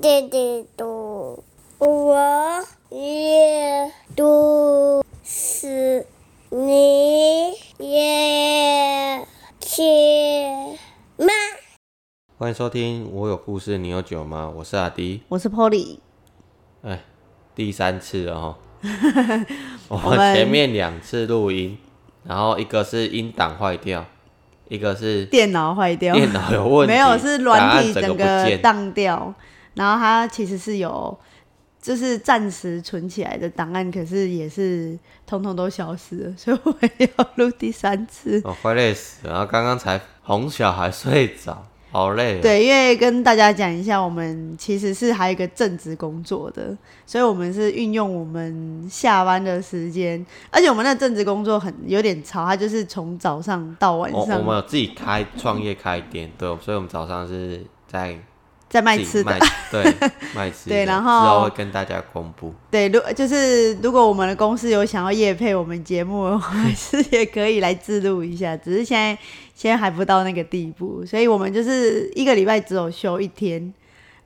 弟弟读，我也读诗，你也听吗？欢迎收听《我有故事，你有酒吗》？我是阿迪。我是 Polly，哎，第三次了 哦。我我们们前面两次录音，然后一个是音档坏掉，一个是电脑坏掉，电脑有问题，没有是档软案体整整不个见。当掉，然后它其实是有就是暂时存起来的档案，可是也是通通都消失了， 所以我们要录第三次。哦，快累死了！然后刚刚才哄小孩睡着，好累、哦。，对，因为跟大家讲一下，我们其实是还有一个正职工作的，所以我们是运用我们下班的时间，而且我们那正职工作很有点吵，它就是从早上到晚我哦我上，们有自己开创业开店，对，所以我们早上是在在卖自己吃的卖， 对，卖吃的。对然之后后会跟大家公布。对，如就是如果我们的公司有想要夜配我们节目的话，是也可以来自录一下，只是现在现在还不到那个地步，所以我们就是一个礼拜只有休一天，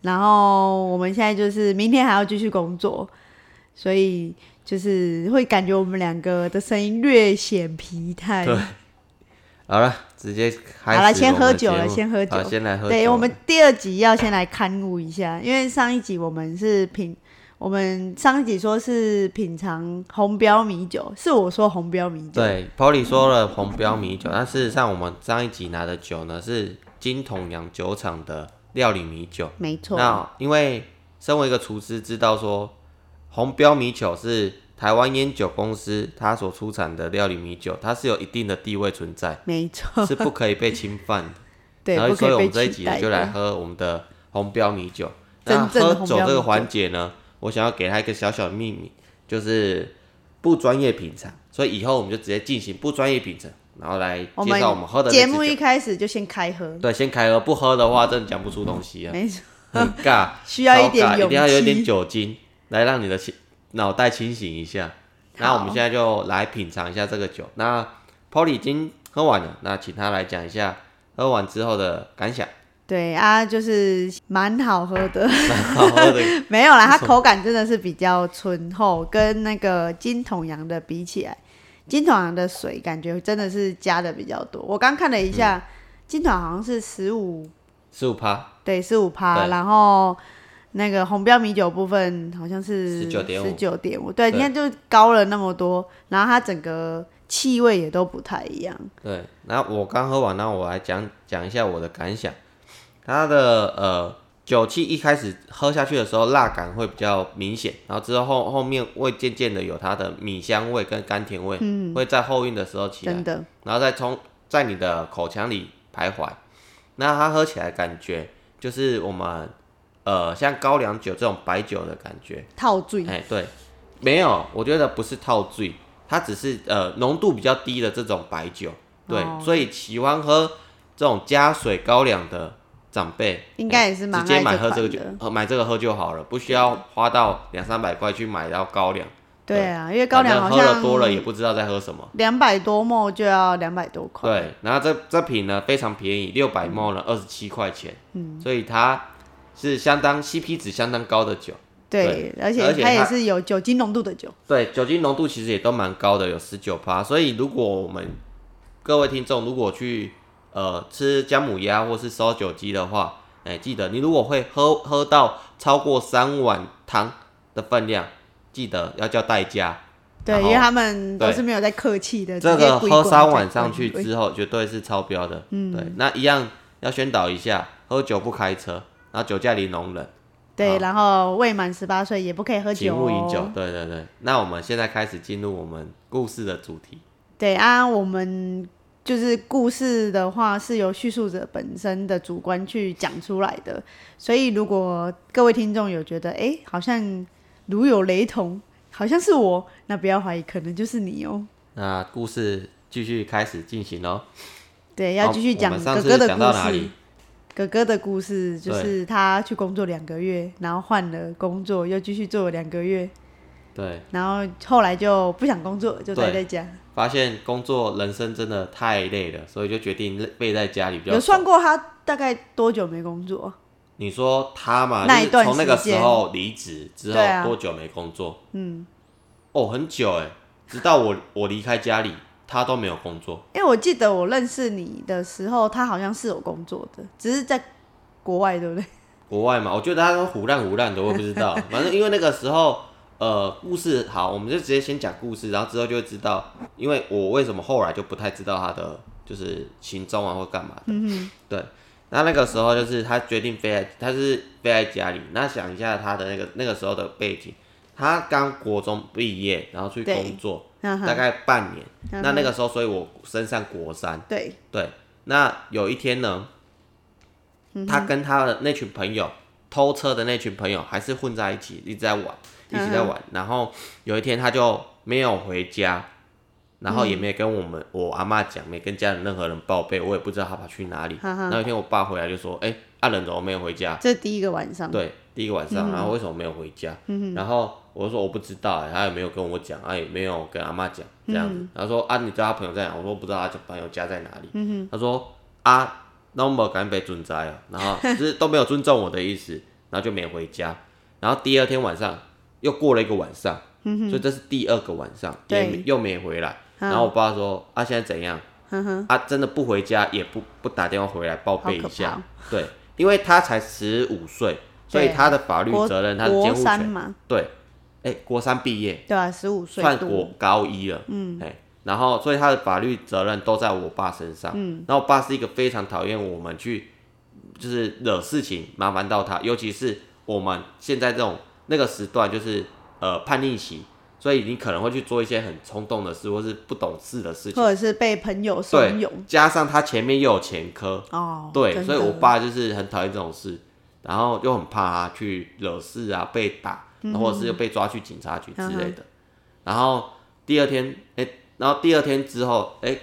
然后我们现在就是明天还要继续工作，所以就是会感觉我们两个的声音略显疲态。对好了，直接开始。好了先喝酒了先喝酒好，先来喝酒。对，我们第二集要先来刊物一下，因为上一集我们是品，我们上一集说是品尝红标米酒，是我说红标米酒，对 Polly 说了红标米酒，但事实上我们上一集拿的酒呢是金桶洋酒厂的料理米酒。没错，那因为身为一个厨师，知道说红标米酒是台湾烟酒公司它所出产的料理米酒，它是有一定的地位存 在，没错，是不可以被侵犯的。对，然后不所可以我被们这一集取呢代就来的。喝我们的红标米酒。真那正喝的红酒标这个米环酒节呢，我想要给他一个小小的秘密，就是不专业品尝。所以以后我们就直接进行不专业品尝，然后来我介绍我们喝的那节支目酒一开始就先开喝，对，先开喝，不喝的话真的讲不出东西 啊，没错，，很尬 需要一超点尬一勇定要有一点气酒精来让你的清脑袋清醒一下。那我们现在就来品尝一下这个酒。那 Polly 已经喝完了，那请他来讲一下喝完之后的感想。对啊，就是蛮好喝的，好喝的 没有啦，它口感真的是比较醇厚，跟那个金桶羊的比起来，金桶羊的水感觉真的是加的比较多。我刚看了一下，嗯金桶好像是十五，十五趴，对，十五趴，对然后那个红标米酒部分好像是19.5十九点五，对，对你看就高了那么多，然后它整个气味也都不太一样，对。那我刚喝完，那我来讲讲一下我的感想。它的呃酒气一开始喝下去的时候，辣感会比较明显，然后之后后后面会渐渐的有它的米香味跟甘甜味，会在后韵的时候起来嗯真，的，然后再冲在你的口腔里徘徊。那它喝起来感觉就是我们呃像高粱酒这种白酒的感觉，套醉，哎，对，没有，我觉得不是套醉，它只是呃浓度比较低的这种白酒，对，哦所以喜欢喝这种加水高粱的长辈，应该也是蛮直接爱买这喝这个款酒的。，呃买这个喝就好了，不需要花到两三百块去买到高粱。对啊，因为高粱反好正喝了多了也像不知道在喝什么。两百多沫就要两百多块，对，然后这这瓶呢非常便宜，六嗯百 ml 呢二十七块钱，嗯，所以它是相当 CP 值相当高的酒。对，而且而且它也它是有酒精浓度的酒，对，酒精浓度其实也都蛮高的，有十九趴。所以如果我们各位听众如果去呃吃姜母鸭或是烧酒鸡的话，哎、记得你如果会喝喝到超过三碗汤的分量，记得要叫代驾。对，然后因为他们都对是没有在客气的，这直接个鬼喝滚三在碗罐上去里之后，绝对是超标的。嗯，对，那一样要宣导一下，喝酒不开车，然后酒驾零容忍，对，然后未满十八岁也不可以喝请酒勿饮酒哦。。对对对，那我们现在开始进入我们故事的主题。对啊，我们就是故事的话是由叙述者本身的主观去讲出来的，所以如果各位听众有觉得哎、诶好像如有雷同，好像是我，那不要怀疑，可能就是你哦。那故事继续开始进行喽。对，要好继续我讲们哥上次哥的讲到故哪事里。？哥哥的故事就对是他去工作两个月，然后换了工作，又继续做了两个月，对，然后后来就不想工作，就待在对家。发现工作人生真的太累了，所以就决定累背在家里比较有算爽过他大概多久没工作？你说他嘛，那就一是段从那个时时间候离职之后对啊多久没工作？嗯，哦，很久哎，直到我我离开家里，他都没有工作。因为我记得我认识你的时候，他好像是有工作的，只是在国外，对不对？国外嘛，我觉得他都胡乱胡乱的，我也不知 道。反正因为那个时候，呃，故事好，我们就直接先讲故事，然后之后就会知道，因为我为什么后来就不太知道他的就是行踪啊或干嘛的。嗯对，那那个时候就是他决定飞来，他是飞来家里。那想一下他的那个那个时候的背景，他刚国中毕业，然后去对嗯工作，哼，大概半年。嗯那哼那个时候，所以我升上国三。对，对，那有一天呢，他跟他的那群朋友偷车的那群朋友还是混在一起，一直在玩，一起在玩。嗯然后有一天他就没有回家，然后也没跟我们、我阿妈讲，没跟家人任何人报备，我也不知道他跑去哪里。嗯哼那有一天我爸回来就说：“哎、阿仁怎么没有回家这是第一个晚？”上，嗯对，第一个晚上，然后为什么没有回家？然后我就说我不知道、哎，他也没有跟我讲，他也没有跟阿妈讲这样嗯子。然后说啊，你知道他朋友在哪？我说不知道他朋友家在哪里。他说啊，那我没敢被尊在啊，然 后就是都没有尊重我的意思，然后就没回家。然后第二天晚上又过了一个晚上，所以这是第二个晚上，也嗯对没又没回来。嗯然后我爸说啊，现在怎样？哼哼，啊，真的不回家也不不打电话回来报备一好下可，哦对，因为他才十五岁，所以对他的法律国责任、他的监护国三权，嘛，对，哎、国三毕业对啊，十五岁算国多，高一了，嗯，哎、然后所以他的法律责任都在我爸身上，嗯，然后我爸是一个非常讨厌我们去就是惹事情麻烦到他，尤其是我们现在这种那个时段就是呃叛逆期，所以你可能会去做一些很冲动的事或是不懂事的事情。或者是被朋友怂对恿，加上他前面又有前科，哦，对，真所以我的爸就是很讨厌这种事，然后又很怕他去惹事啊，被打，嗯或者是又被抓去警察局之类的。然后第二天，哎、然后第二天之后，哎、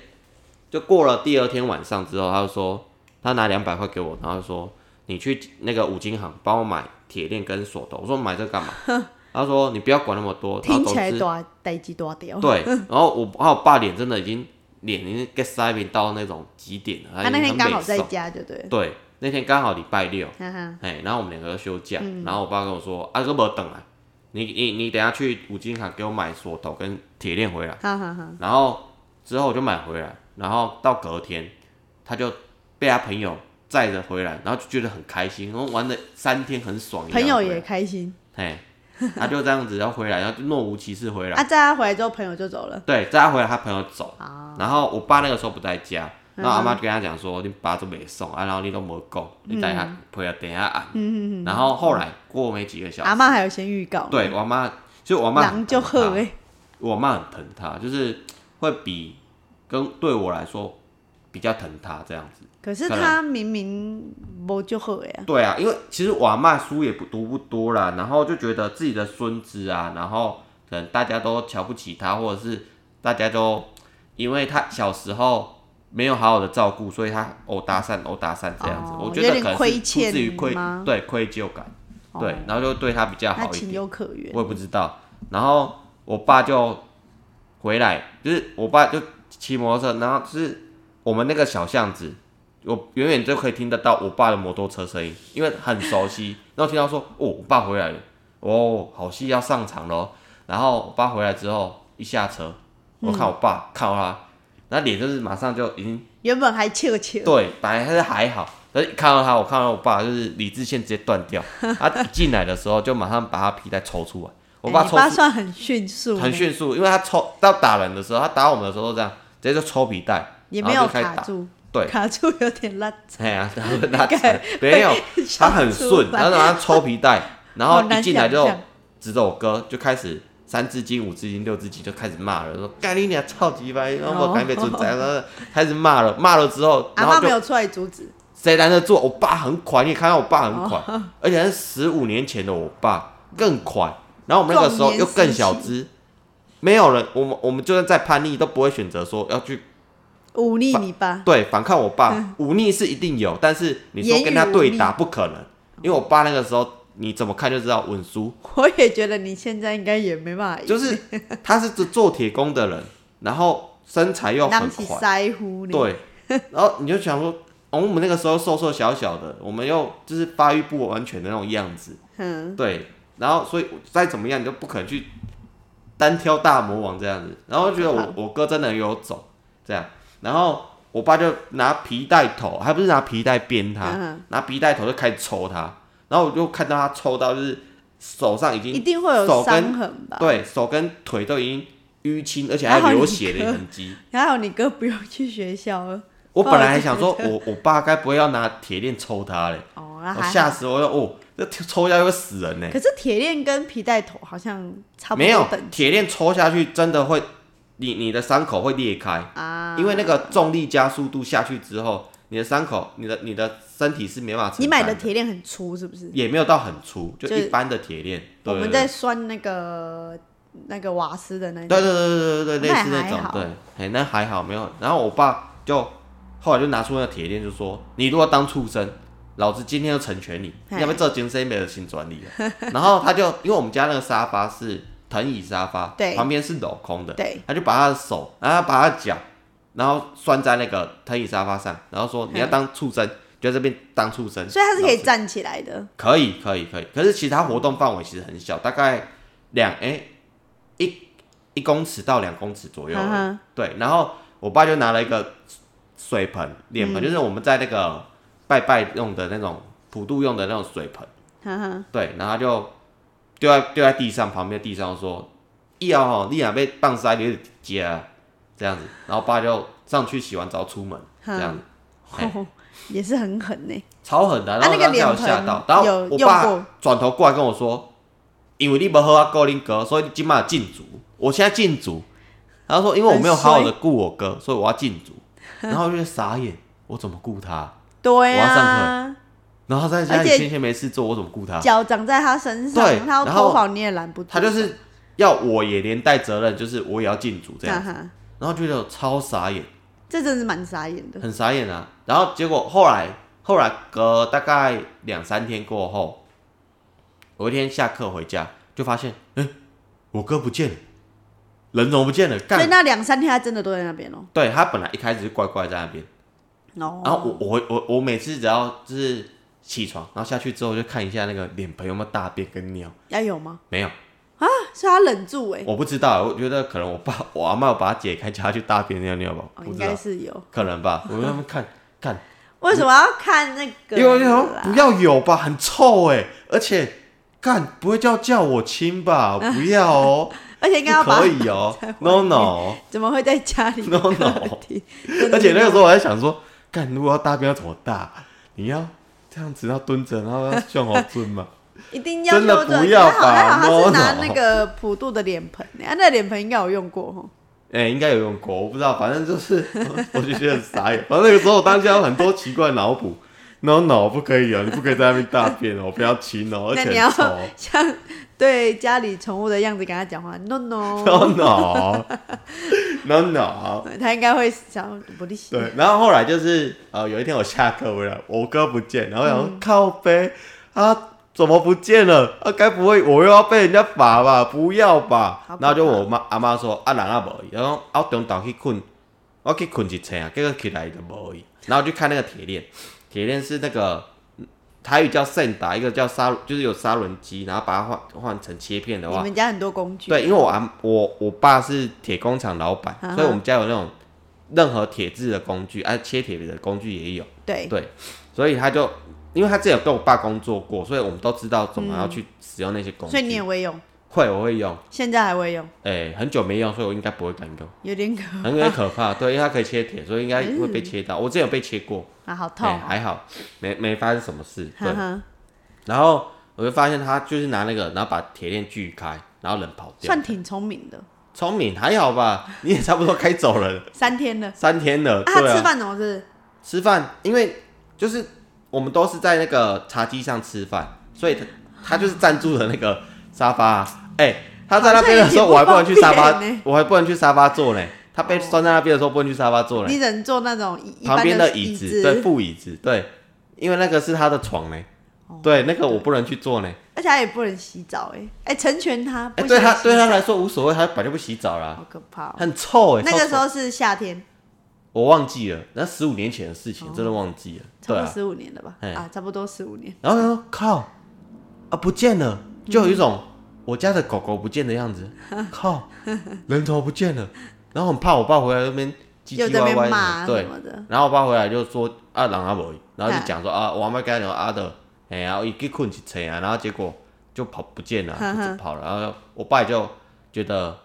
就过了第二天晚上之后，他就说他拿两百块给我，然后说你去那个五金行帮我买铁链跟锁头。我说买这干嘛？ 他说你不要管那么多，然后听起来总之多呆鸡多 屌，对，然后我然后我爸脸真的已经脸已经 get saving 到那种极点了，他已那经天很刚北好在宋家，就对，对，那天刚好礼拜六，哈哈，哎，然后我们两个就休假，嗯然后我爸跟我说啊，这没等啊，你你你等下去五金行给我买锁头跟铁链回来，哈哈哈，然后之后我就买回来，然后到隔天他就被他朋友载着回来，然后就觉得很开心，然后玩了三天很爽一样朋回来，友也开心，哎，他就这样子要回来，然后就若无其事回 来啊，，在他回来之后，朋友就走了，对，载他回来，他朋友走。啊，然后我爸那个时候不在家，嗯然后阿妈就跟他讲说：“你爸都没送啊，然后你都没讲，嗯你等下陪他等下按。然后后来过没几个小时，阿妈还有先预告，，对我妈就我妈啊很狼就疼喝他哎，我妈很疼他，就是会比跟对我来说比较疼他这样子。可是可能他明明没就喝呀，对啊，因为其实我阿妈书也不读不多啦，然后就觉得自己的孙子啊，然后可能大家都瞧不起他，或者是大家都因为他小时候没有好好的照顾，所以他殴打散殴打散这样子。哦我觉得有点可能亏是出欠自于愧吗对愧疚感，哦对，然后就对他比较那好一情点。有可原，我也不知道。然后我爸就回来，就是我爸就骑摩托车，然后就是我们那个小巷子，我远远就可以听得到我爸的摩托车声音，因为很熟悉。然后听到说，哦，我爸回来了，哦，好戏要上场喽。然后我爸回来之后，一下车，我看我爸，看到他，那脸就是马上就已经原本还切切，对，本来他是还好，但是一看到他，我看到我爸就是理智线直接断掉。他一进来的时候就马上把他皮带抽出来，我哎爸你抽爸出算很迅速，很，迅速，因为他抽到打人的时候，他打我们的时候都这样，直接就抽皮带，也然没后有就开始卡打。住，对卡住有点烂，哎呀，然后 他应该没有，他很笑出顺，来然后马上抽皮 带，然后好难一进来就想象指着我哥就开始三字经、五字经、六字经就开始骂了，说干你娘超级白，然后我赶紧被 尊宰，然后开始骂了，骂了之后，哦阿然妈后没就有出来阻止，谁拦得住？我爸很款，你也看到我爸很款，而且是十五年前的我爸更款。然后我们那个时候又更小只，没有人，我们我们就算再叛逆，都不会选择说要去忤逆你爸，对反抗我爸。忤逆是一定有，但是你说跟他对打不可能，因为我爸那个时候你怎么看就知道稳输，我也觉得你现在应该也没办法赢，就是他是做铁工的人，然后身材又当很起款，腮乎你，对，然后你就想说，哦，我们那个时候瘦瘦小小的，我们又就是发育不完全的那种样子，嗯，对，然后所以再怎么样你都不可能去单挑大魔王这样子，然后觉得我我哥真的有种这样，然后我爸就拿皮带头，还不是拿皮带鞭他，嗯拿皮带头就开始抽他，然后我就看到他抽到就是手上已经一定会有手跟伤痕吧？对手跟腿都已经淤青，而且啊还有流血的痕迹。还好你哥不用去学校了。我本来还想说我，我爸该不会要拿铁链抽他嘞？哦，那我还吓好。死我了！哦，这抽下去会死人呢。可是铁链跟皮带头好像差不哎没有多等级铁链抽下去，真的会，你你的伤口会裂开，啊。因为那个重力加速度下去之后，你的伤口，你的你的身体是没办法承你买担的铁链很粗，是不是？也没有到很粗，就就一般的铁链。我对们在拴那个那个瓦斯的那对种。对对对对对，类似那那还种好，对，哎，那还好没有。然后我爸就后来就拿出那铁链，就说：“你如果当畜生，老子今天就成全你，嘿要不然这精神没有新专利了。” 然后他就因为我们家那个沙发是藤椅沙发，对旁边是镂空的，对，他就把他的手，然后把他的脚，然后拴在那个藤椅沙发上，然后说：“你要当畜生，就在这边当畜生。”所以它是可以老子站起来的。可以，可以，可以。可是其他活动范围其实很小，大概两哎、一一公尺到两公尺左右而已。嗯哼对，然后我爸就拿了一个水盆、脸盆，就是我们在那个拜拜用的那种普渡用的那种水盆。哈哈，对，然后他就丢在丢在地上旁边地上说：“以后吼，你若被棒塞，你就接啊。”这样子，然后爸就上去洗完澡出门，这样子。嘿哦也是很狠呢。超狠的、啊然后那个当下我吓脸到盆，然后有我用过爸转头过来跟我说，因为你没好啊高林哥，所以你今晚禁足。我现在禁足，然后说因为我没有好好的顾我哥，所以我要禁 足。然后我就傻眼，我怎么顾他？对我要啊上，然后他在家里而且闲闲没事做，我怎么顾他？脚长在他身对上，他要然后偷跑你也拦不住。他就是要我也连带责任，就是我也要禁足这哈样。哈，然后觉得超傻眼，这真是蛮傻眼的。很傻眼啊。然后结果后来后来隔大概两三天过后，有一天下课回家就发现，哎、我哥不见了，人怎么不见了？所以干！那两三天他真的都在那边哦。对他本来一开始就乖乖在那边，哦，然后啊我我我我每次只要就是起床，然后下去之后就看一下那个脸盆有没有大便跟尿，要有吗？没有，所以他忍住哎，我不知道，我觉得可能我爸我阿妈把它解开叫他去大便尿尿吧，哦，不应知该道，是有。可能吧，我让他们看看。为什么要看那个啦？因为想说不要有吧，很臭哎、而且干不会叫叫我亲 吧，不要哦，而且应该要不把可以哦，no no，怎么会在家里 No, 客 no 厅？而且那个时候我还想说，干如果要大便要怎么大？你要这样子要蹲着，然后要向后蹲嘛， 一定要真的用这个不要还好还吧好，他是拿 no, no 那个普渡的脸盆欸，啊，那脸盆应该有用过吼。 哎、应该有用过，我不知道，反正就是 我就觉得很傻眼。反正那个时候我当下有很多奇怪的脑补，no no 不可以哦，你不可以在那边大便哦，不要亲哦，而 那且你要很臭哦。像对家里宠物的样子跟他讲话，no no，no no no no，对他应该会想不利息。对，然后后来就是呃，有一天我下课回来，我哥不见，然后我想说、嗯靠背啊，怎么不见了？啊，该不会我又要被人家罚吧？不要吧好可？怕然后就我妈阿妈说啊，人啊无，然后我中岛去困，我去困一醒啊，结果起来就无伊，然后我就看那个铁链，铁链是那个。嗯台语叫圣达，一个叫砂，就是有砂轮机，然后把它换换成切片的你话，们家很多工具，啊对，因为我阿我我爸是铁工厂老板，啊哈所以我们家有那种任何铁制的工具，啊，切铁的工具也有。对对，所以他就因为他之前有跟我爸工作过，所以我们都知道怎么要去使用那些工具。嗯所以你也会用，会，我会用。现在还会用，哎、很久没用，所以我应该不会敢用，有点可 很有点可怕。对，因为它可以切铁，所以应该会被切到。我之前有被切过，啊，好哎、嗯痛哦，还好，没没发生什么事。对 哈，哈，然后我就发现他就是拿那个，然后把铁链锯开，然后人跑掉。算挺聪明的，聪明还好吧？ 你也差不多该走了。三天了。三天了，啊，他对啊，吃饭怎么吃？吃饭，因为就是我们都是在那个茶几上吃饭，所以他他就是站住的那个沙发、哎、他在那边的时候，好像我有点不还不能去沙发方便呢，我还不能去沙发坐呢。他被拴在那边的时候，不能去沙发坐你呢。只能坐那种哦一一旁般边的椅子，对，副椅子，对，因为那个是他的床呢。哦对，那个我不能去坐呢。而且他也不能洗澡，哎哎，成全他，哎、不对想他洗对他澡来说无所谓，他本来就不洗澡啦，好可怕哦。很臭哎、那个时超臭候是夏天，我忘记了，那十五年前的事情，真的忘记了。哦差对不多啊，十五年了吧？哎啊，差不多十五年。然后他说靠啊不见了，嗯就有一种我家的狗狗不见的样 子，靠人头不见了，然后很怕我爸回来那边唧又唧在那歪边歪骂啊的，什对，么的，然后我爸回来就说啊，人阿无，然后啊就讲说啊，我阿妈跟他讲啊的，哎呀，伊去困一醒啊，然后结果就跑不见了，哼就哼跑了。然后我爸也就觉得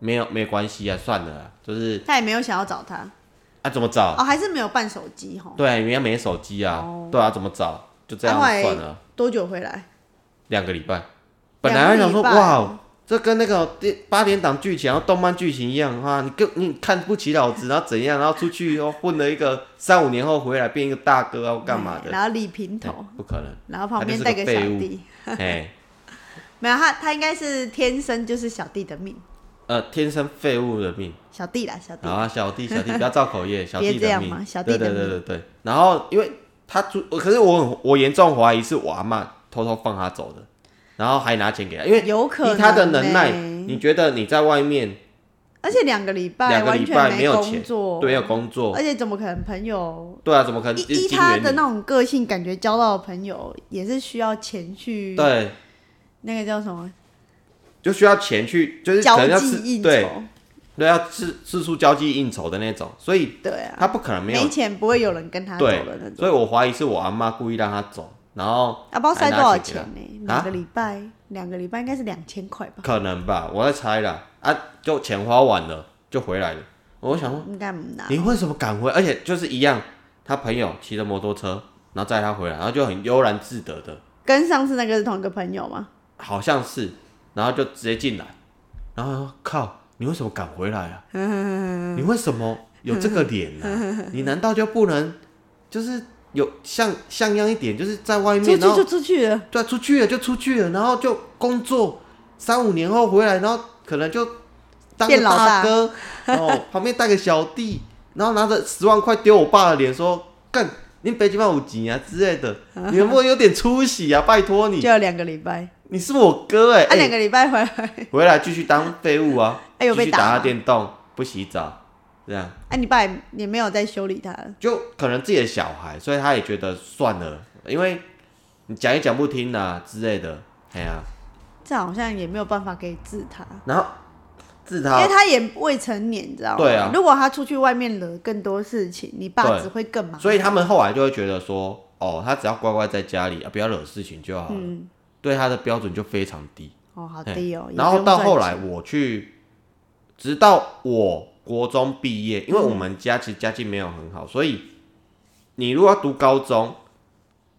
没有没关系啊，算了啊，就是他也没有想要找他啊怎么找？哦，还是没有办手机哈。对啊，人家没手机啊，哦对啊，怎么找？就这样啊后来算了，多久回来？两个礼拜。两本个来还想说礼拜哇，这跟那个电八点档剧情、然后动漫剧情一样啊，你跟你看不起老子，然后怎样，然后出去又混了一个三五年后回来变一个大哥啊，或干嘛的哎？然后理平哎头，不可能。然后旁边他带就是个小废物弟， 哎，没有他，他应该是天生就是小弟的命，呃，天生废物的命。小弟啦，小弟。然后小弟，小弟不要造口业，小弟这的样命嘛，小弟对的对命对对对。然后因为他住，我可是我很我严重怀疑是我阿嬷偷偷放他走的，然后还拿钱给他，因为有可能以他的能耐，欸你觉得你在外面而且两个礼拜两个完礼全拜没有工钱，作，对，没有工作而，且怎么可能朋友？对啊，怎么可能依金依他元的你那种个性，感觉交到的朋友也是需要钱去，对，那个叫什么就需要钱去，就是交可能要际吃应对酬，对，要吃吃出交际应酬的那种，所以对啊，他不可能没有没钱不会有人跟他走对的那，种。所以我怀疑是我阿妈故意让他走，然后啊，不知道还塞多拿少钱给钱他啊呢、两个礼拜，两个礼拜应该是两千块吧？ 可能吧，我在猜啦。啊，就钱花完了，就回来了。我想说，应该不拿。你为什么赶回？而且就是一样，他朋友骑着摩托车，然后载他回来，然后就很悠然自得的，跟上次那个是同一个朋友吗？好像是，然后就直接进来，然后说靠，你为什么赶回来 啊？你为什么有这个脸呢、 啊？你难道就不能就是有像像样一点，就是在外出去面，然后就出去了，对啊，出去了就出去了，然后就工作，三五年后回来，然后可能就当变个老大 哥，然后旁边带个小弟，然后拿着十万块丢我爸的脸说：“干，你北京万五几啊之类的，你能不能有点出息啊？拜托你就，要两个礼拜。你是我哥哎、啊，欸两个礼拜回来， 回来继续当废物啊，哎有被继续打打吗他电动，不洗澡，这样啊，你爸也也没有再修理他了。就可能自己的小孩，所以他也觉得算了，因为你讲也讲不听啊之类的，哎呀、这好像也没有办法可以治他，然后治因他为。他也未成年，你知道吗？对啊如果他出去外面惹更多事情，你爸对只会更忙。所以他们后来就会觉得说，哦，他只要乖乖在家里啊，不要惹事情就好了。对他的标准就非常低。嗯哦，好低哦。嘿也然后不用到赚后来钱，我去，直到我国中毕业，因为我们家其实家境没有很好，所以你如果要读高中，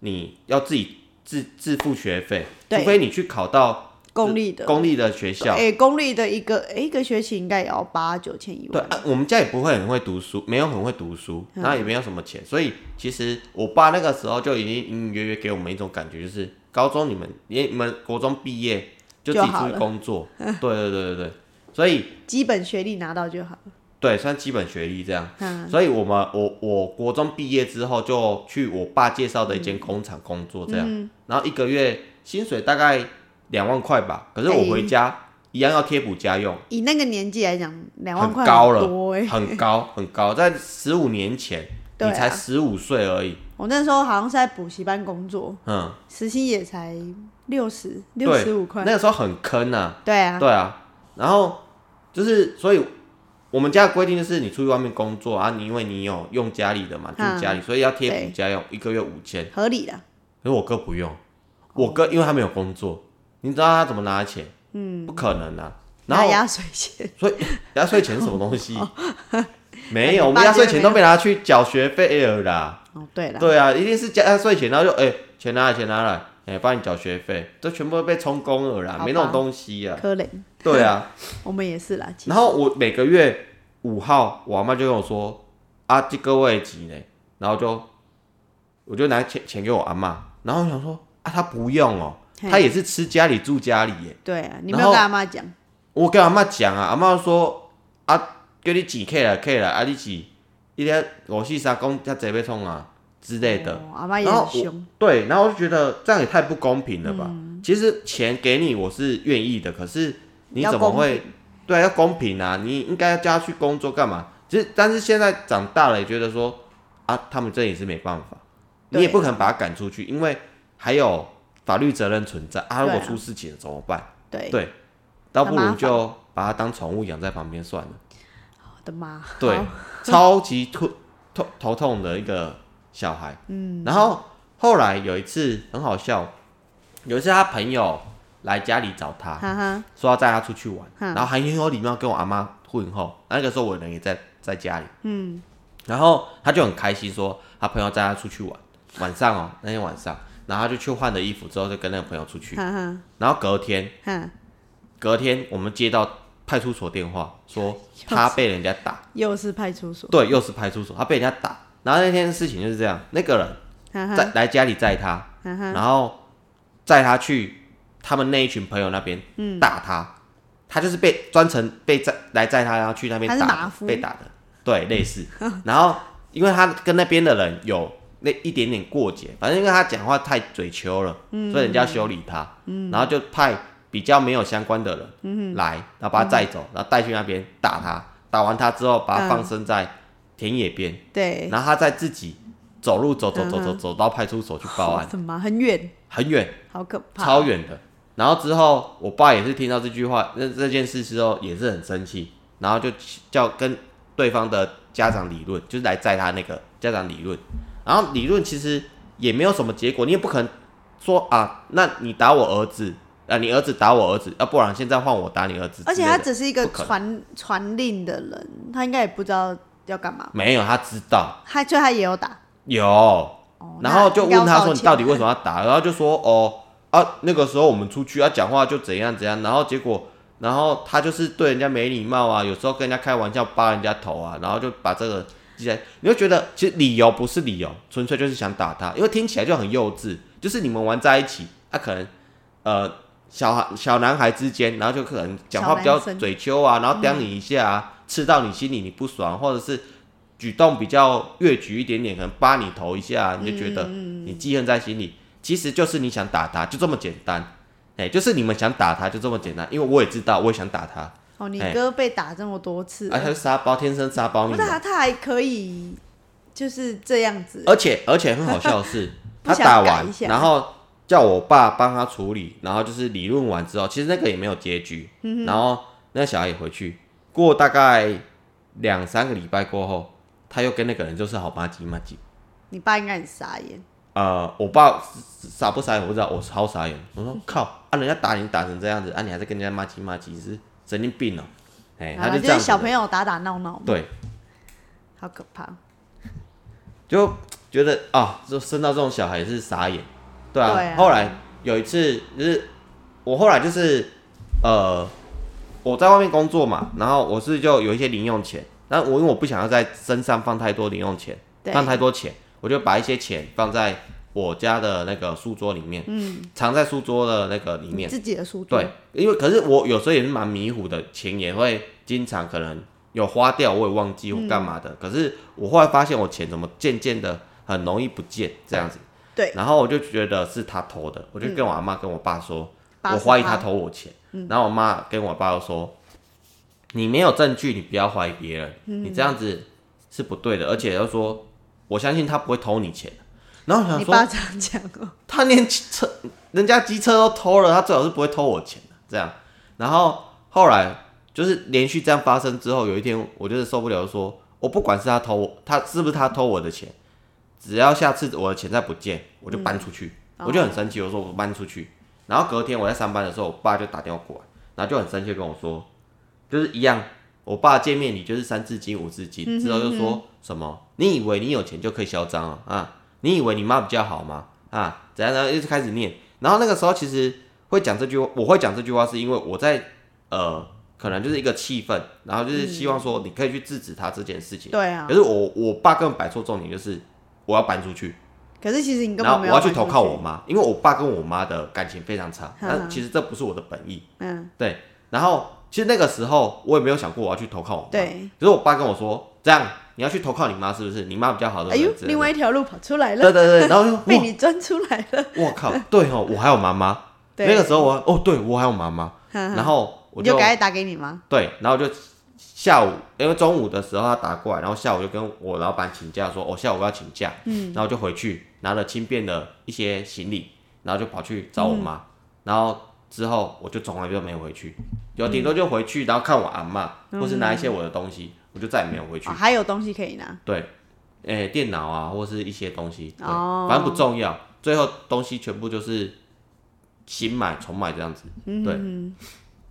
你要自己自自付学费，除对非你去考到公立的，公立的学校。哎，公立的一个哎一个学期应该也要八九千一对、万。啊，我们家也不会很会读书，没有很会读书，嗯然后也没有什么钱，所以其实我爸那个时候就已经隐隐约约给我们一种感觉，就是高中你们，你你们国中毕业就自己就好出去了 工作，对对对对对，所以基本学历拿到就好了。对算基本学历这样，嗯，所以我们我我国中毕业之后就去我爸介绍的一间工厂工作这样，嗯然后一个月薪水大概两万块吧，可是我回哎家、一样要贴补家用。以那个年纪来讲，两万很块高了，多哎。很高很高，在十五年前，对啊你才十五岁而已，我那时候好像是在补习班工作，嗯，时薪也才六十六对，十五块那。个时候很坑啊，对啊，对啊，然后就是所以我们家的规定就是你出去外面工作啊，你因为你有用家里的嘛，住嗯家里，所以要贴对补家用，一个月五千，合理的。可是我哥不用，我哥因为他没有工作，你知道他怎么拿钱？嗯，不可能啊，然拿后压岁钱， 所以压岁钱是什么东西？没有，我 那们你爸压岁觉得钱没都被拿去缴学费了啦。哦，对了，对啊，一定是加压岁钱，然后就哎、钱拿来，钱拿来，哎、帮你缴学费，这全部都被充公了好啦吧，没那种东西啊。可怜，对啊，我们也是啦。其实然后我每个月五号，我阿妈就跟我说啊，这个位置呢，然后就我就拿钱钱给我阿妈，然后我想说啊，她不用哦、嘿她也是吃家里住家里耶。对啊，你然没有后跟阿妈讲，我跟阿妈讲啊，阿妈说啊，叫你几 K 啦 K 啦，啊你几，一天五四三讲才这要创啊之类的。哦阿妈也然后很凶，对，然后我就觉得这样也太不公平了吧？嗯其实钱给你我是愿意的，可是你要怎么公会？对啊，要公平啊！你应该要叫他去工作干嘛？其实但是现在长大了也觉得说啊，他们这也是没办法，你也对不可能把他赶出去，因为还有法律责任存在啊。如果对啊出事情了怎么办？对，对，倒不很麻如烦就把它当宠物养在旁边算了。我的妈，对好，超级头头头痛的一个小孩。嗯，然后后来有一次很好笑，有一次他朋友来家里找他，哈哈，说要带他出去玩，嗯然后还很有礼貌跟我阿妈问候。那个时候我人也在在家里，嗯，然后他就很开心说他朋友带他出去玩，晚上哦 那天晚上，然后他就去换了衣服之后就跟那个朋友出去，哈哈，然后隔天哈，隔天我们接到派出所电话 说他被人家打，又是派出所，对，又是派出所，他被人家打。然后那天事情就是这样，那个人哈哈，在来家里载他，哈哈，然后载他去他们那一群朋友那边嗯打他，他就是被专程被载来载他，然后去那边他是马打夫被打的，对，类似。然后因为他跟那边的人有那一点点过节，反正因为他讲话太嘴球了，嗯所以人家修理他，然后就派比较没有相关的人、嗯来，然后把他载走，然后带去那边打他，打完他之后嗯把他放生在田野边，对，然后他再自己走路走走走走嗯哼走到派出所去报案我，的妈，很远，很远。好可怕，超远的。然后之后，我爸也是听到这句话，那这件事之后也是很生气，然后就叫跟对方的家长理论，就是来载他那个家长理论。然后理论其实也没有什么结果，你也不可能说啊，那你打我儿子啊，你儿子打我儿子，啊，不然现在换我打你儿子之类的。而且他只是一个不可能传传令的人，他应该也不知道要干嘛，没有，他知道他所以他也有打，有，哦然后就问他说：“你到底为什么？么要打？”然后就说：“哦啊，那个时候我们出去啊，讲话就怎样怎样。”然后结果，然后他就是对人家没礼貌啊，有时候跟人家开玩笑扒人家头啊，然后就把这个记在，你就觉得其实理由不是理由，纯粹就是想打他，因为听起来就很幼稚，就是你们玩在一起，他、可能呃小孩小男孩之间，然后就可能讲话比较小男生嘴丘啊，然后刁你一下啊，刺到你心里你不爽，或者是举动比较越举一点点，可能扒你头一下啊，你就觉嗯得你记恨在心里，其实就是你想打他，就这么简单。哎、就是你们想打他，就这么简单。因为我也知道，我也想打他，哦，你哎哥被打这么多次了，啊，他是沙包，天生沙包不女是。他，他还可以就是这样子，而且而且很好笑的是， 不他想打改完一，下然后叫我爸帮他处理，然后就是理论完之后，其实那个也没有结局。嗯然后那小孩也回去，过大概两三个礼拜过后，他又跟那个人就是好妈鸡妈鸡。你爸应该很傻眼，呃，我爸傻不傻眼我不知道，我超傻眼。我说靠，啊，人家打你打成这样子，啊，你还在跟人家骂鸡骂鸡，是神经病哦、哎、他然后这啊就样是子小的朋友打打闹闹，对，好可怕。就觉得啊，就生到这种小孩也是傻眼，对啊。对啊后来有一次，就是我后来就是呃，我在外面工作嘛，然后我是就有一些零用钱，但我因为我不想要在身上放太多零用钱，对放太多钱，我就把一些钱放在我家的那个书桌里面，嗯，藏在书桌的那个里你面。自己的书桌对，，因为可是我有时候也是蛮迷糊的，钱也会经常可能有花掉，我也忘记或干嘛的。嗯可是我后来发现我钱怎么渐渐的很容易不见这样子，对然后我就觉得是他偷的，我就跟我阿妈跟我爸说， 80%我怀疑他偷我钱，嗯然后我妈跟我爸说，你没有证据，你不要怀疑别人，嗯你这样子是不对的，而且又说我相信他不会偷你钱。然后我想你说，爸这样讲 哦，他连机车人家机车都偷了，他最好是不会偷我钱的这样。然后后来就是连续这样发生之后，有一天我就是受不了说我不管是他偷我，他是不是他偷我的钱，只要下次我的钱再不见，我就搬出去。我就很生气，我说我搬出去。然后隔天我在上班的时候，我爸就打电话过来，然后就很生气地跟我说，就是一样，我爸见面礼就是三字经五字嗯经，之后就说什么你以为你有钱就可以嚣张了啊？你以为你妈比较好吗？啊，怎样？然后又开始念。然后那个时候其实会讲这句，话，我会讲这句话是因为我在呃，可能就是一个气氛，然后就是希望说你可以去制止他这件事情。对啊可，是我我爸根本摆错重点，就是我要搬出去。可是其实你然根本后没我要有去搬投出靠我，妈，因为我爸跟我妈的感情非常差，嗯但其实这不是我的本意。嗯，对，然后其实那个时候我也没有想过我要去投靠我妈，对，可是我爸跟我说，这样你要去投靠你妈是不是？你妈比较好的，哎之，呦类的另外一条路跑出来对了，对 对，然后就被哇，你钻出来了，我靠，对哦，我还有妈妈，对那个时候我哦，对我还有妈妈， 然然后我你就就赶快打给你妈，对，然后我就下午，因为中午的时候他打过来，然后下午就跟我老板请假说，我、哦下午要请假，嗯，然后就回去拿了轻便的一些行李，然后就跑去找我妈，然后之后我就从来就没有回去，有顶多就回去，然后看我阿嬷，或是拿一些我的东西，我就再也没有回去。哦，还有东西可以拿，对，诶、电脑啊，或是一些东西，对，哦反正不重要。最后东西全部就是新买重买这样子，对，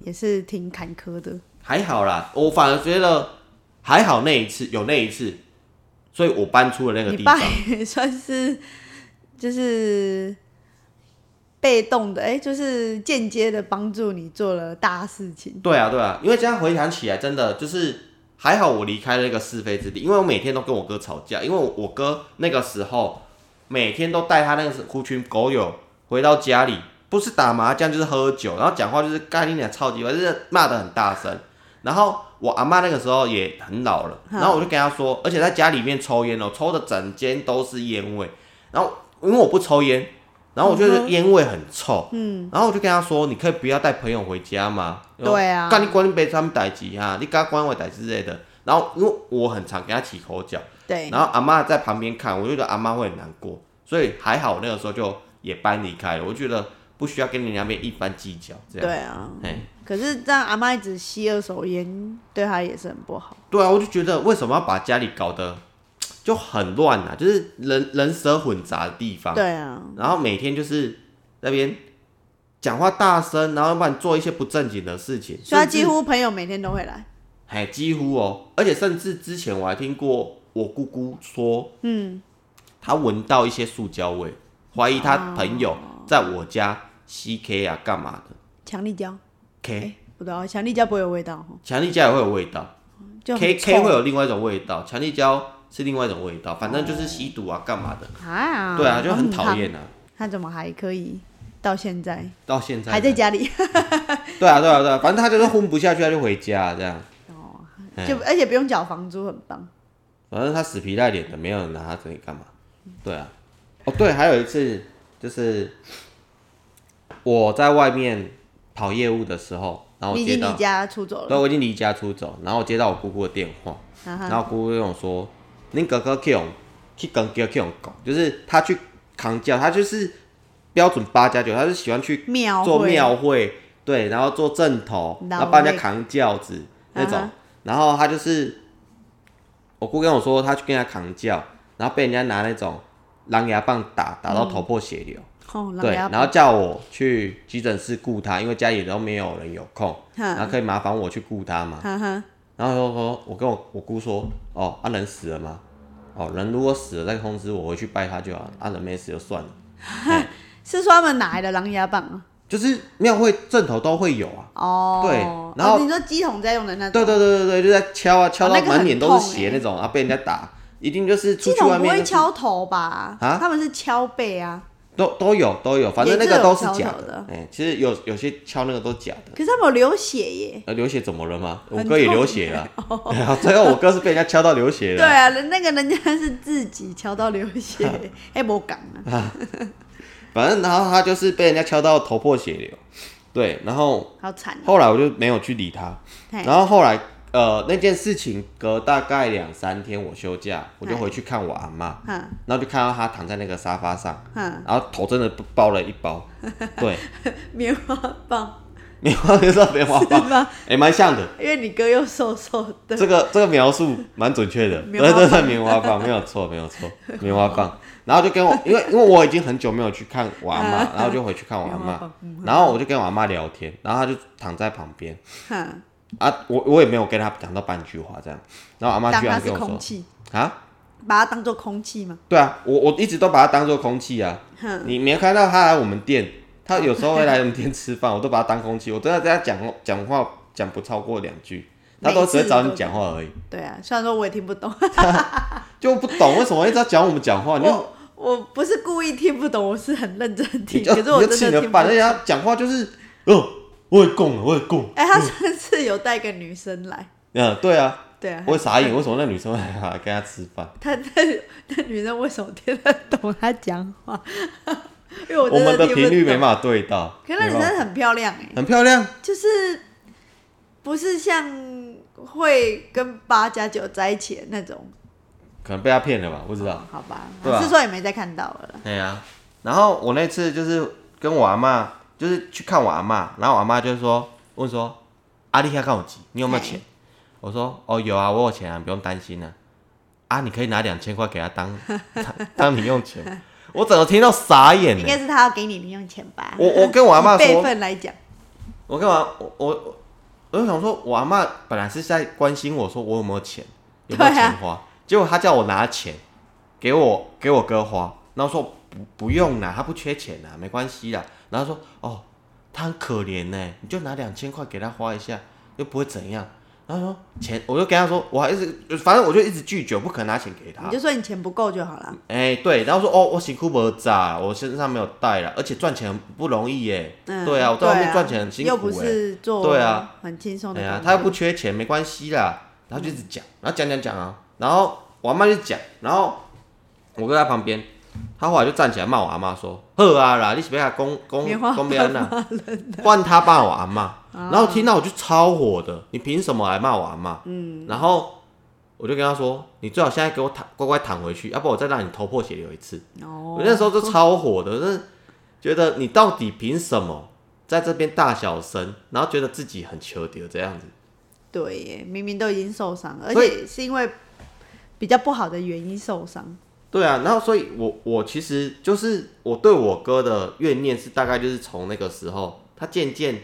也是挺坎坷的。还好啦。我反而觉得还好那一次有那一次，所以我搬出了那个你地爸方。也算是就是被动的，哎、就是间接的帮助你做了大事情。对啊，对啊，因为这样回想起来，真的就是还好我离开了那个是非之地，因为我每天都跟我哥吵架，因为我哥那个时候每天都带他那个狐群狗友回到家里，不是打麻将就是喝酒，然后讲话就是干你俩超级烦，就是骂的很大声。然后我阿妈那个时候也很老了，嗯然后我就跟她说，而且在家里面抽烟哦，抽的整间都是烟味。然后因为我不抽烟，然后我觉嗯得烟味很臭，嗯，然后我就跟她说，你可以不要带朋友回家吗？对啊干你管你被他们逮鸡啊，你干管我逮之类的。然后因为我很常跟她起口角，对，然后阿妈在旁边看，我就觉得阿妈会很难过，所以还好那个时候就也搬离开了，我觉得不需要跟人家那边一般计较这样。对啊。哎，可是这样阿妈一直吸二手烟，对她也是很不好。对啊，我就觉得为什么要把家里搞得就很乱啊，就是人人蛇混杂的地方。对啊，然后每天就是那边讲话大声，然后要不然做一些不正经的事情，所以她甚至几乎朋友每天都会来。哎几乎哦，而且甚至之前我还听过我姑姑说，嗯，她闻到一些塑胶味，怀疑她朋友哦在我家吸 K 啊干嘛的强力胶， K，、哎、不对哦，强力胶不会有味道哦，强力胶也会有味道就很，K K 臭会有另外一种味道，强力胶是另外一种味道，反正就是吸毒啊干嘛的，啊，对啊，就很讨厌啊。他怎么还可以到现在到现在还在家里？对啊对啊对啊，反正他就是混不下去，他就回家这样。哎就而且不用缴房租，很棒。反正他死皮赖脸的，没有人拿他这里干嘛？对啊，哦对，还有一次就是我在外面跑业务的时候，然后你我已接经到离，家出走对，了，我已经离家出走，然后我接到我姑姑的电话，然然后姑姑跟我说，恁哥哥去用去跟叫去用狗，就是他去扛轿，他就是标准八加九，他就喜欢去庙做会庙会，对，然后做正头，老然后帮人类家扛轿子那种。啊哈然后他就是，我姑跟我说，他去跟人家扛轿，然后被人家拿那种狼牙棒打，打到头破血流。哦，对，然然后叫我去急诊室顾他，因为家里都没有人有空，哼然后可以麻烦我去顾他嘛。哈哈，然后我说，我跟我我姑说，哦，啊人死了吗？哦，人如果死了再通知我，回去拜他就好。啊人没死就 算了，哎是说他们哪来的狼牙棒啊？就是庙会正头都会有啊。哦，对然后哦你说鸡桶在用的那种，对对对对对，就在敲啊敲哦到那个满很脸都是痛血欸那种，啊被人家打，一定就是出鸡去桶外不面会就是敲头吧？啊他们是敲背啊，都都有都有，反正那也个是都有是敲假头的的。哎、其实有有些敲那个都假的。可是他们有流血耶。呃，流血怎么了吗？我很哥也痛欸流血了， 然后最后我哥是被人家敲到流血 对了。啊，人那个人家是自己敲到流血， 哎，没讲啊，反正然后他就是被人家敲到头破血流，对，然后好惨哦。后来我就没有去理他，嘿然后后来呃那件事情隔大概两三天我休假，我就哎回去看我阿妈，哼然后就看到她躺在那个沙发上，哼，然后头真的包了一 包，对，棉花棒棉花就说棉花棒是，吗？ 哎，蛮像的。因为你哥又瘦瘦的，这个这个描述蛮准确的， 棉花对棒对对，棉花棒没有错，没有错， 棉花棒。然后就跟我，因为因为我已经很久没有去看我阿 妈，然后就回去看我阿嗯棉花妈棒嗯，然后我就跟我阿妈聊天，然后她就躺在旁边哼，啊，我我也没有跟她讲到半句话这样，然后阿妈当居它然是跟我空说气，啊，把它当做空气嘛。对啊，我我一直都把它当做空气啊。哼你没看到他来我们店，他有时候会来我们店吃 饭，我都把它当空气。我真的跟他讲讲话讲不超过两句，他都只会找你讲话而已。对啊，虽然说我也听不懂， 就不懂为什么一直要讲我们讲话，你就我我不是故意听不懂，我是很认真你听，就可你是我就真气的得听不烦，人懂。家讲话就是，哦，我也供了，我也供。哎、他上次有带个女生来，嗯，对啊，对啊，我会傻眼，为什么那女生会来跟他吃饭？他那那女生为什么听得懂他讲话？ 因为我我真们的听频率不没懂。办法对到，可是那没女办法生很漂亮哎、很漂亮，就是不是像会跟八加九在一起的那种，可能被他骗了吧，不知道。好吧？对啊是说也没再看到了啦。对呀、然后我那次就是跟我阿嬷，就是去看我阿嬷，然后我阿嬷就说问说阿丽亚告我急，你有没有钱？我说哦有啊，我有钱啊，你不用担心 啊。啊，你可以拿两千块给他当当当零用钱。我整个听到傻眼应呢、该是他要给你零用钱吧？我我跟我阿嬷以辈说，分来讲，我干嘛？我我我我就想说，我阿嬷本来是在关心我说我有没有钱，有没有对啊钱花，结果她叫我拿钱给我给我哥花，然后说不不用啦，他不缺钱啦，没关系啦。然后说哦，他很可怜呢、你就拿两千块给他花一下，又不会怎样。然后说钱，我就跟他说，我还一直反正我就一直拒绝，不肯拿钱给他你。就说你钱不够就好了。哎、对，然后说哦，我辛苦不咋，我身上没有带了，而且赚钱很不容易耶、嗯，对啊，我在外面赚钱很辛苦、又不哎是做对啊很轻松的哎工作，呀，他又不缺钱，没关系啦。然后就一直讲，然后讲讲讲啊，然后我阿妈就讲，然后我哥在旁边，他后来就站起来骂我阿妈说：“呵啊啦，你是不要公公棉花公边呐，换他骂我阿妈。”然后听到我就超火的，你凭什么来骂我阿妈？嗯，然后我就跟他说：“你最好现在给我躺乖乖躺回去，要不然我再让你头破血流一次。”哦，我那时候就超火的，那觉得你到底凭什么在这边大小声，然后觉得自己很求丢这样子。对耶，明明都已经受伤了，而所以且是因为比较不好的原因受伤。对啊，然后所以我我其实就是我对我哥的怨念是大概就是从那个时候，他渐渐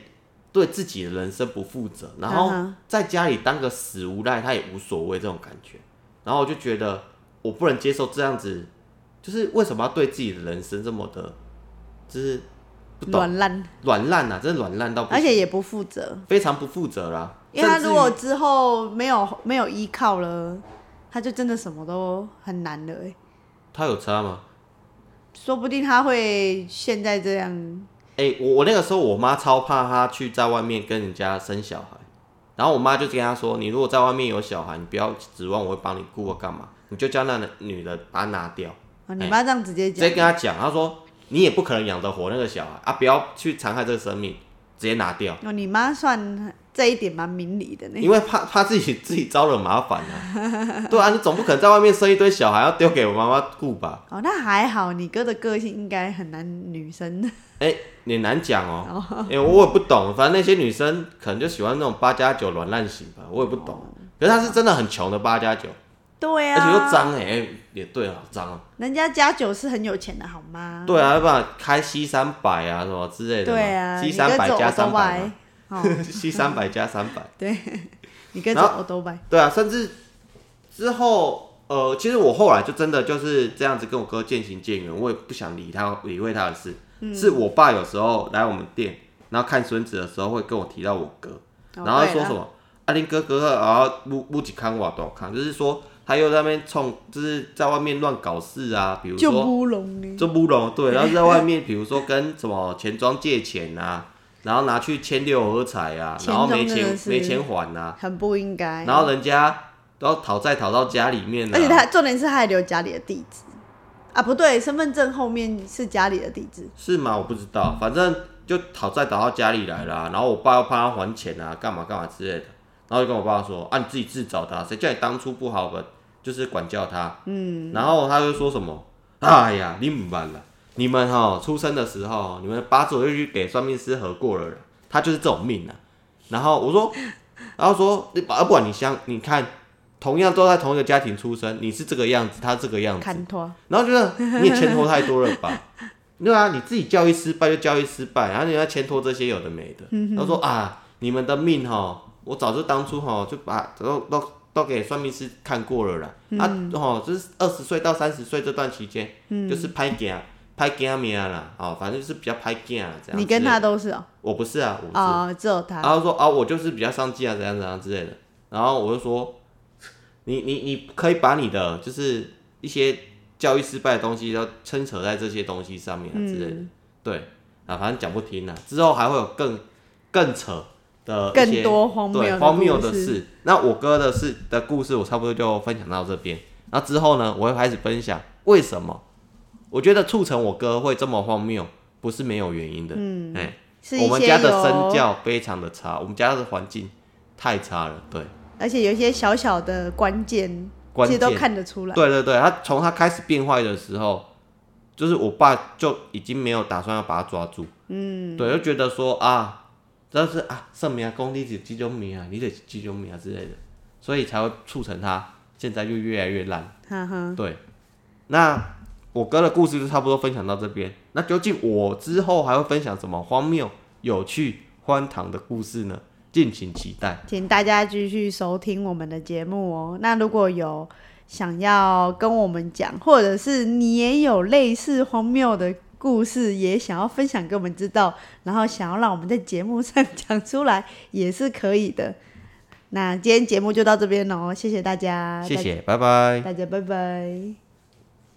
对自己的人生不负责，然后嗯哼在家里当个死无赖，他也无所谓这种感觉。然后我就觉得我不能接受这样子，就是为什么要对自己的人生这么的，就是不懂软烂，软烂啊，真的软烂到不而行，且也不负责，非常不负责啦。因为他甚至如果之后没有没有依靠了，他就真的什么都很难了耶。他有差吗？说不定他会现在这样，哎、我我那个时候我妈超怕他去在外面跟人家生小孩，然后我妈就跟他说：“你如果在外面有小孩，你不要指望我会帮你顾或干嘛，你就叫那女的把他拿掉。啊你妈这样直接”哎直接讲，跟他讲，他说：“你也不可能养得活那个小孩啊，不要去残害这个生命，直接拿掉，哦，你妈算这一点蛮明理的呢因。为怕怕自己自己招惹麻烦啊。对啊，你总不可能在外面生一堆小孩要丢给我妈妈顾吧？哦，那还好，你哥的个性应该很难女生。哎、也难讲哦，因为我也不懂，反正那些女生可能就喜欢那种八加九软烂型吧，我也不懂。可是她是真的很穷的八加九，哦对而且又啊，脏哎、哎也对啊，好脏啊。人家家九是很有钱的好吗？对啊，要不然开 C 三百啊什么之类的嘛。嗯对啊， c 你三哥百走加欧三洲百 拜，哦， ，C 三百加三百，你哥然走后欧洲拜，对啊，甚至之后。呃，其实我后来就真的就是这样子跟我哥渐行渐远，我也不想理他理会他的事。嗯是我爸有时候来我们店，然后看孙子的时候会跟我提到我哥，哦然后对说啦什么阿林哥哥啊，木木几康瓦多康，就是说他又在那边冲，就是在外面乱搞事啊，比如就说乌龙呢？就乌龙， 对，然后在外面比如说跟什么钱庄借钱啊，然后拿去签六合彩啊，钱然后没庄真的钱是没钱还呐、很不应该。然后人家都要讨债讨到家里面、啊，而且他重点是他还留家里的地址啊，不对，身份证后面是家里的地址，是吗？我不知道，反正就讨债讨到家里来啦、然后我爸要怕他还钱啊，干嘛干嘛之类的，然后就跟我爸说啊，你自己自找的啊、谁叫你当初不好的，就是管教他，嗯，然后他就说什么，哎呀，你唔办了，你们哈、出生的时候，你们八字我就去给算命师合过了啦，他就是这种命啊，然后我说，然后说，你啊，不管你相，你看。同样都在同一个家庭出生，你是这个样子，他这个样子，看拖。然后觉得你也牵拖太多了吧？ 对啊，你自己教育失败就教育失败，然后你要牵拖这些有的没的。嗯他说啊，你们的命哈，我早就当初哈就把都都都给算命师看过了啦。嗯啊，哦，就是二十岁到三十岁这段期间，嗯就是拍镜拍镜命啦，哦，反正就是比较拍镜啦这样。你跟他，都是哦，我不是啊，我不是。哦，只有他然后说啊，我就是比较上进啊，怎样怎样之类的。然后我就说，你你你可以把你的就是一些教育失败的东西都牵扯在这些东西上嗯面啊之类的。对啊，反正讲不听啊，之后还会有更更扯的一更些多荒谬对的荒谬的故事。事。那我哥的事的故事，我差不多就分享到这边。那之后呢，我会开始分享为什么我觉得促成我哥会这么荒谬，不是没有原因的。嗯，哎、是一我们些家的有身教非常的差，我们家的环境太差了。对，而且有一些小小的关键，关其实键都看得出来。对对对，他从他开始变坏的时候，就是我爸就已经没有打算要把他抓住，嗯，对，就觉得说啊，但是啊，圣明啊，公你是几种名啊，你得几种名啊之类的，所以才会促成他现在就越来越烂。哈哈，对，那我哥的故事就差不多分享到这边。那究竟我之后还会分享什么荒谬、有趣、荒唐的故事呢？敬请期待。请大家继续收听我们的节目哦。那如果有想要跟我们讲，或者是你也有类似荒谬的故事，也想要分享给我们知道，然后想要让我们在节目上讲出来，也是可以的。那今天节目就到这边喽，谢谢大家，谢谢，拜拜。大家，大家拜拜。